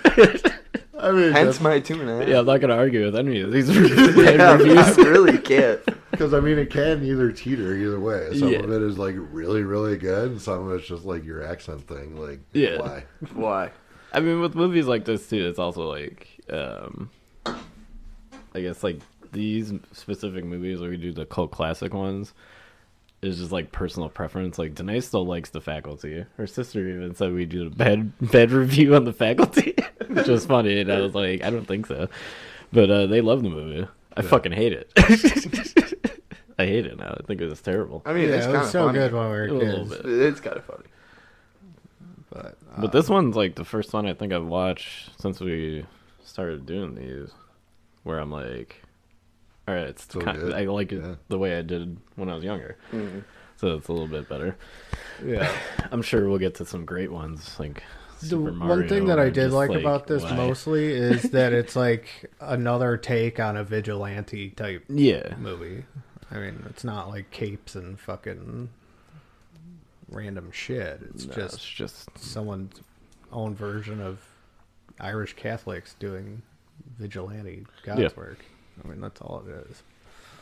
I mean, Hence my two and a half. yeah. I'm not gonna argue with any of <laughs> these Yeah, bad reviews. I really <laughs> can't. because I mean, it can either teeter either way. Some Yeah. of it is like really, really good, and some of it's just like your accent thing. Like, Yeah. why? Why? I mean, with movies like this too, it's also like, um, I guess like these specific movies where we do the cult classic ones is just like personal preference. Like Danae still likes the faculty. Her sister even said we do a bad bad review on the faculty, <laughs> which was funny. And I was like, I don't think so, but uh, they love the movie. I fucking hate it. <laughs> I hate it now. I think it was terrible. <laughs> I mean, it's yeah, it kind of was so funny. good when we were A little kids. bit. It's kind of funny. But, But this one's like the first one I think I've watched since we started doing these, where I'm like, all right, it's So kind good. I like it Yeah. the way I did when I was younger, Mm. so it's a little bit better. yeah. I'm sure we'll get to some great ones like the Super one Mario thing that I and did just, like, about this why- mostly is <laughs> that it's like another take on a vigilante type yeah, movie. I mean, it's not like capes and fucking random shit. It's no, it's just just someone's own version of Irish Catholics doing vigilante God's Yeah. work. I mean, that's all it is.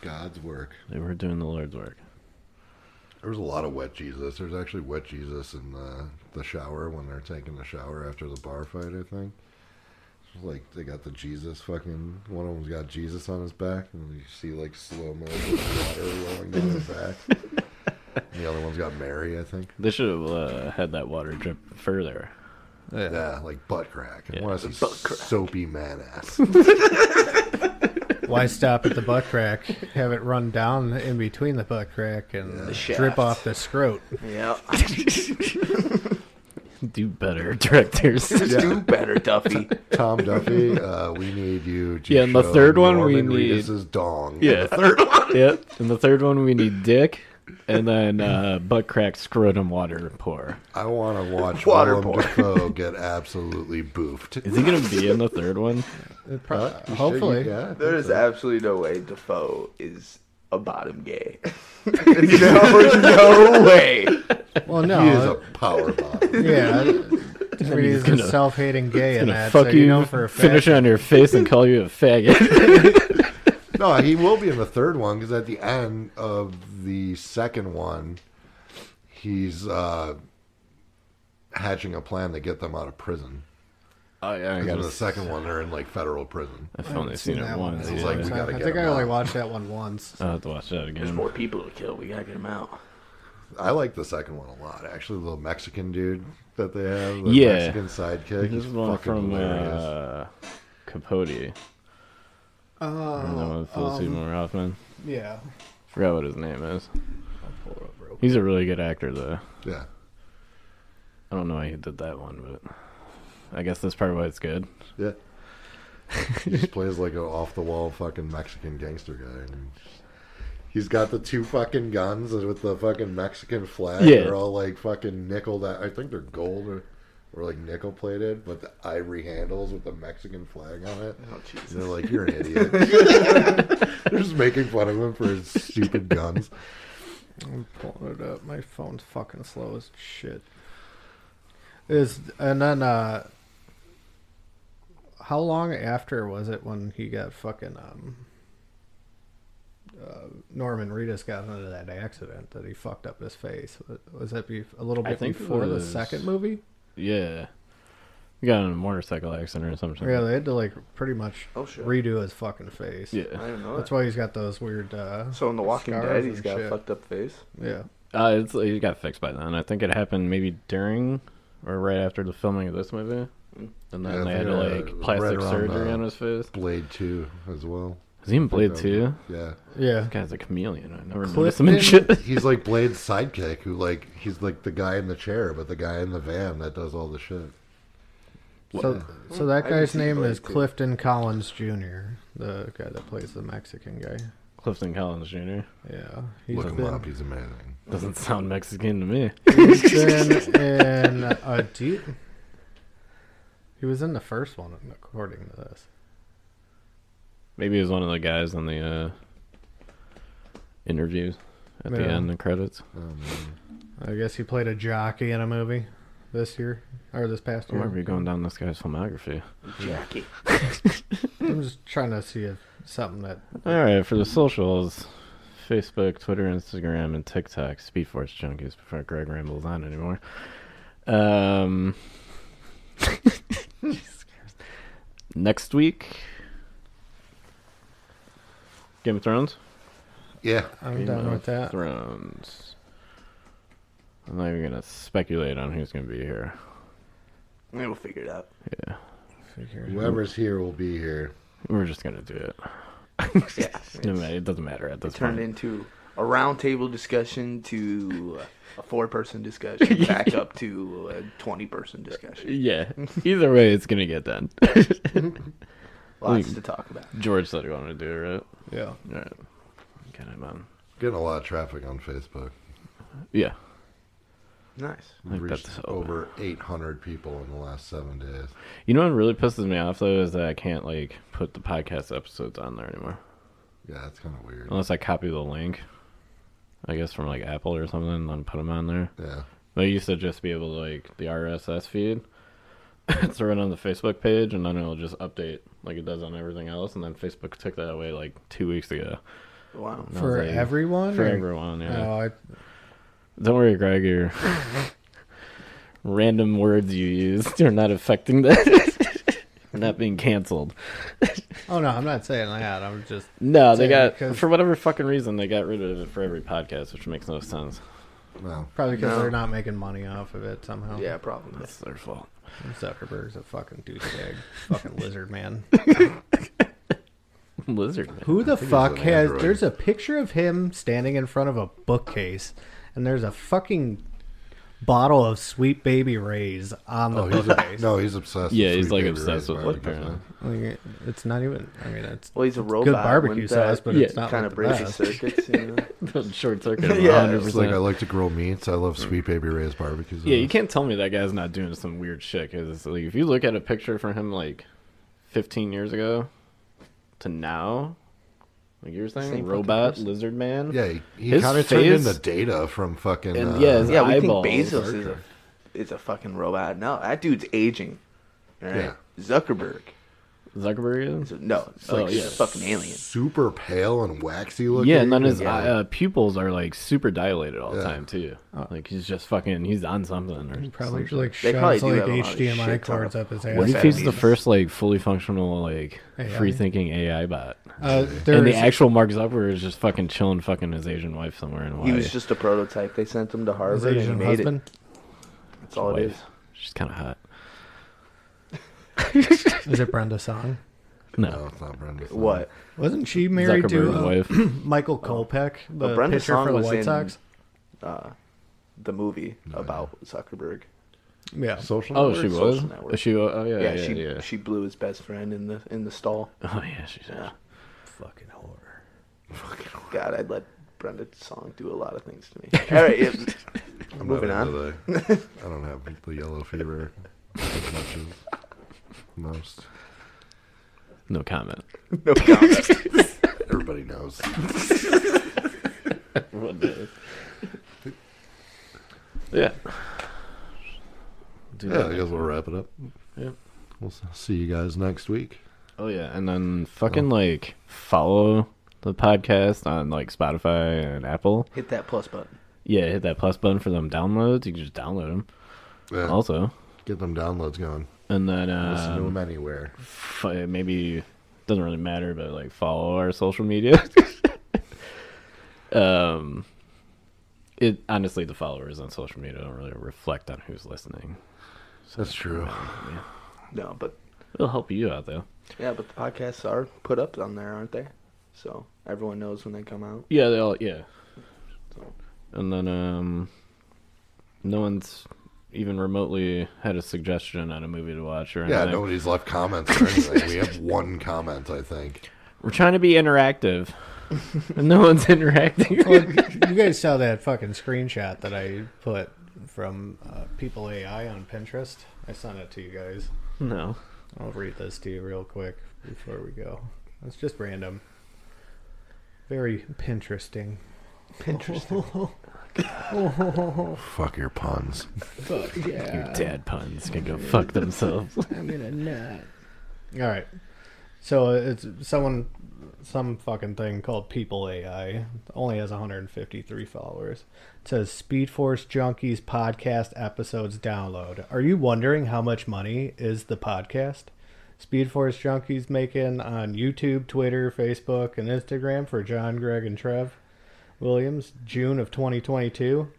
God's work. they were doing the Lord's work. There was a lot of wet Jesus. There's actually wet Jesus in the, the shower when they're taking a shower after the bar fight, I think. It's Like they got the Jesus fucking one of them's got Jesus on his back, and you see like slow mo water rolling down his <laughs> back. And the other one's got Mary, I think. They should have uh, had that water drip further. <laughs> Yeah, like butt crack. I Yeah. want to see Butt crack. soapy man <laughs> ass. Why stop at the butt crack? Have it run down in between the butt crack and The shaft. drip off the scrot. Yeah. <laughs> Do better, <laughs> directors. Yeah. Do better, Duffy. Tom Duffy, uh, we need you. To Yeah, and the show third one we Norman need- Reedus's dong. Yeah. And <laughs> the third one. yep. And the third one, we need Dick. and then uh, butt crack scrotum water pour. I want to watch <laughs> Water Willem boy. Dafoe get absolutely boofed. Is he gonna be in the third one? It prob- Uh, you sure hopefully. you- yeah. <laughs> There is absolutely no way Defoe is a bottom <laughs> gay. no, <laughs> no way. <laughs> Well, He is a no. power bottom. <laughs> yeah. He's gonna- a self-hating gay in Gonna that. fuck so you, you know for a fact. finish on your face, and call you <laughs> a faggot. <laughs> No, he will be in the third one because at the end of the second one, he's uh, hatching a plan to get them out of prison. oh yeah, I 'Cause in the gotta. second one, they're in like federal prison. I've only seen, it that one. once. It's yeah. Uh, like we gotta I get think him I only out. watched that one once. I'll have to watch that There's again. more people to kill. We gotta get him out. I like the second one a lot. Actually, the Mexican dude that they have, the Yeah. Mexican sidekick, This he's is one fucking from hilarious. uh, Capote. Oh, Remember that one with Phil um, Seymour Hoffman. yeah. Forgot what his name is. I'll pull it up real quick. He's a really good actor, though. yeah, I don't know why he did that one, but I guess that's probably why it's good. yeah. he just plays like an off the wall fucking Mexican gangster guy. And he's got the two fucking guns with the fucking Mexican flag. Yeah. They're all like fucking nickel. That I think they're gold or, or like nickel plated, but the ivory handles with the Mexican flag on it. Oh And Jesus. they're like, you're an idiot. they're just making fun of him for his stupid guns. I'm pulling it up. My phone's fucking slow as shit. Is and then uh how long after was it when he got fucking um uh, Norman Reedus got into that accident that he fucked up his face. Wa- Was that be a little I bit think it before the was- second movie? Yeah. He got in a motorcycle accident or something. Yeah, they had to like pretty much Oh, shit. redo his fucking face. I Yeah. don't know. that's why he's got those weird. uh So in The Walking Scars Dead, and he's got a shit. fucked up face. Yeah, Uh, it's, it got fixed by then. I think it happened maybe during or right after the filming of this movie. And Yeah, then I they had to think, uh, like plastic right around, surgery uh, on his face. Blade 2 as well. Is he in Blade 2? Yeah. yeah. That guy's a chameleon. I never noticed Clifton- him in shit. <laughs> He's like Blade's sidekick, who like he's like the guy in the chair, but the guy in the van that does all the shit. So, so that Hmm. I guy's haven't seen name Blade is two. Clifton Collins Jr., the guy that plays the Mexican guy. Clifton Collins Jr. Yeah, he's Look him been, up; he's amazing. Doesn't sound Mexican to me. <laughs> he's been in a deep. He was in the first one, according to this. Maybe he was one of the guys on the uh, interviews at the Yeah. end of credits. Um, I guess he played a jockey in a movie this year or this past Why are we year. going down this guy's filmography? Jackie. I'm just trying to see if something that All right, for the socials, Facebook, Twitter, Instagram, and TikTok. Speedforce junkies before Greg rambles on anymore. Um, Jesus Christ. next week, Game of Thrones. yeah, I'm Game done of with that. Thrones. I'm not even gonna speculate on who's gonna be here. We'll figure it out. Yeah, whoever's here will be here. we're just gonna do it. Yeah. No matter- <laughs> it doesn't matter at this turned point. into a roundtable discussion to a four-person <laughs> discussion, back up to a twenty-person <laughs> discussion. yeah. Either way, it's gonna get done. <laughs> Lots to talk about. George said he wanted to do it, right? Yeah. All right. Get him on. Getting a lot of traffic on Facebook. Yeah. Nice. We've think reached that's over 800 people in the last seven days. You know what really pisses me off though is that I can't like put the podcast episodes on there anymore Yeah, that's kind of weird. unless I copy the link. I guess from like Apple or something, and then put them on there. Yeah, They used to just be able to like the RSS feed, <laughs> throw it on the Facebook page, and then it'll just update like it does on everything else. And then Facebook took that away like two weeks ago Wow. No, For they- everyone? for or- everyone. Yeah. Oh, I, Don't worry, Greg. Your random words you <laughs> use are not affecting that. not being canceled. oh, no, I'm not saying that. I'm just. No, they Yeah, got because- for whatever fucking reason they got rid of it for every podcast, which makes no sense. <laughs> no, Probably because No. they're not making money off of it somehow. Yeah, probably. That's their fault. Zuckerberg's a fucking douchebag, fucking lizard man. Lizard. man. Who the think he's fuck an has? android. There's a picture of him standing in front of a bookcase, and there's a fucking bottle of Sweet Baby Ray's on the Oh, he's <laughs> bookcase. no, he's obsessed. Yeah, with he's, Sweet like, Baby Ray's obsessed with it, barbecue apparently. sauce. Like, it's not even. I mean, it's Well, he's a robot. good barbecue wouldn't that sauce, but Yeah. it's not kind of like the breaks his best. circuits. You <laughs> know? Short circuit. Yeah. Yeah, It's like I like to grill meats. I love Sweet Baby Ray's barbecue sauce. yeah, you can't tell me that guy's not doing some weird shit. Because like, if you look at a picture from him like 15 years ago to now, like you were saying, Same fucking robot person. lizard man. Yeah, he, he His kind of turned face- into Data from fucking. And uh, yeah, his- yeah, we Eyeballs. think Bezos is a, Darker. is a fucking robot. No, that dude's aging. All right? Yeah. Zuckerberg. Zuckerberg is. is a- No, it's Oh, like yeah. a fucking alien. super pale and waxy looking. Yeah, and then his like, uh, pupils are like super dilated all the Yeah. time too. Like he's just fucking, he's on something. Or Oh. Probably like They probably shoves do like have a lot of HDMI shit ton cords of- up his What ass. Uh, What if he's the Exactly. first like fully functional like AI? free thinking AI bot? Uh, and the there's actual Mark Zuckerberg is just fucking chilling, fucking his Asian wife somewhere in Hawaii. He was just a prototype. They sent him to his Harvard and Asian made husband. it. That's all it is. wife. She's kind of hot. Is it Brenda Song? No, Uh, no, it's not Brenda. Song. What? Wasn't she married Zuckerberg's to uh, <clears throat> Michael Kolpeck, the Oh. Well, Brenda pitcher Song for the was White in- Sox? Uh, the movie about Zuckerberg. Yeah. Social. Oh, she network? was. Social network. Is She. wa- Oh yeah, Yeah, yeah, she yeah. she blew his best friend in the in the stall. oh yeah, she did. Yeah. Fucking horror. God, I'd let Brenda Song do a lot of things to <laughs> me. All right, yeah, I'm moving not on. <laughs> into the- I don't have the yellow fever as much as most. No <laughs> comment. no <laughs> comment. Everybody knows. yeah. Do Yeah, I that. guess we'll wrap it up. Yeah. We'll s- see you guys next week. Oh yeah, and then fucking like follow the podcast on like Spotify and Apple. Hit that plus button. Yeah, hit that plus button for them downloads. You can just <laughs> download them. Yeah, Also, get them downloads going. and then Listen to uh, them anywhere. f- uh, maybe doesn't really matter, but like follow our social media. <laughs> um, it honestly the followers on social media don't really reflect on who's listening. That's true. No, but It'll help you out though. yeah, but the podcasts are put up on there, aren't they? So everyone knows when they come out. Yeah, they all yeah. So. And then um no one's even remotely had a suggestion on a movie to watch or Yeah, anything. nobody's left comments or anything. we have one comment, I think. We're trying to be interactive. and no one's interacting. well, you guys saw that fucking screenshot that I put from uh, People AI on Pinterest. I sent it to you guys. no. I'll read this to you real quick before we go. It's just random. Very Pinteresting. Pinterest. Fuck your puns. <laughs> Fuck Your yeah. dad puns can go fuck themselves. <laughs> I'm in a nut. All right. So it's someone, some fucking thing called People AI. Only has 153 followers. It says Speed Force Junkies podcast episodes download. Are you wondering how much money is the podcast? Speed Force Junkies making on YouTube, Twitter, Facebook, and Instagram for John, Greg, and Trev Williams, June of 2022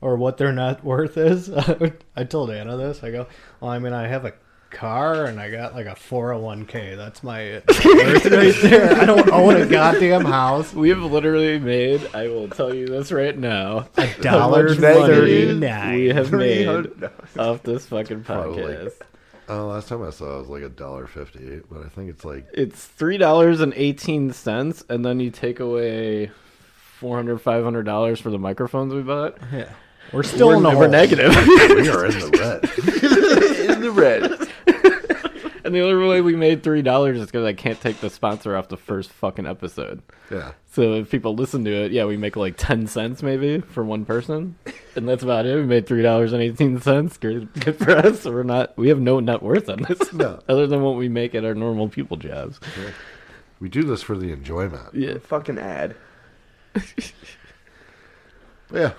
or what their net worth is. <laughs> I told Anna this. I go, well, I mean, I have a car and I got like a 401k. That's my <laughs> worth right there. I don't own a goddamn house. we have literally made, I will tell you this right now, Dollar that thirty we nine. have made 300. off this fucking Probably. podcast. Uh, last time I saw it was like a dollar fifty, but I think it's <laughs> like It's three dollars and eighteen cents, and then you take away 400 500 dollars for the microphones we bought. Yeah. We're still in the we're hole. negative. <laughs> we are in the <laughs> red. in the red. And the only way we made three dollars is because I can't take the sponsor off the first fucking episode. Yeah. So if people listen to it, yeah, we make like ten cents maybe for one person, and that's about it. We made three dollars and eighteen cents. Good, good for us. We're not. We have no net worth on this, <laughs> No. other than what we make at our normal people jobs. We do this for the enjoyment. Yeah, Fucking ad. Yeah.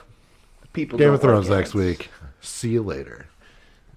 People Game don't of Thrones like next ads. week. See you later.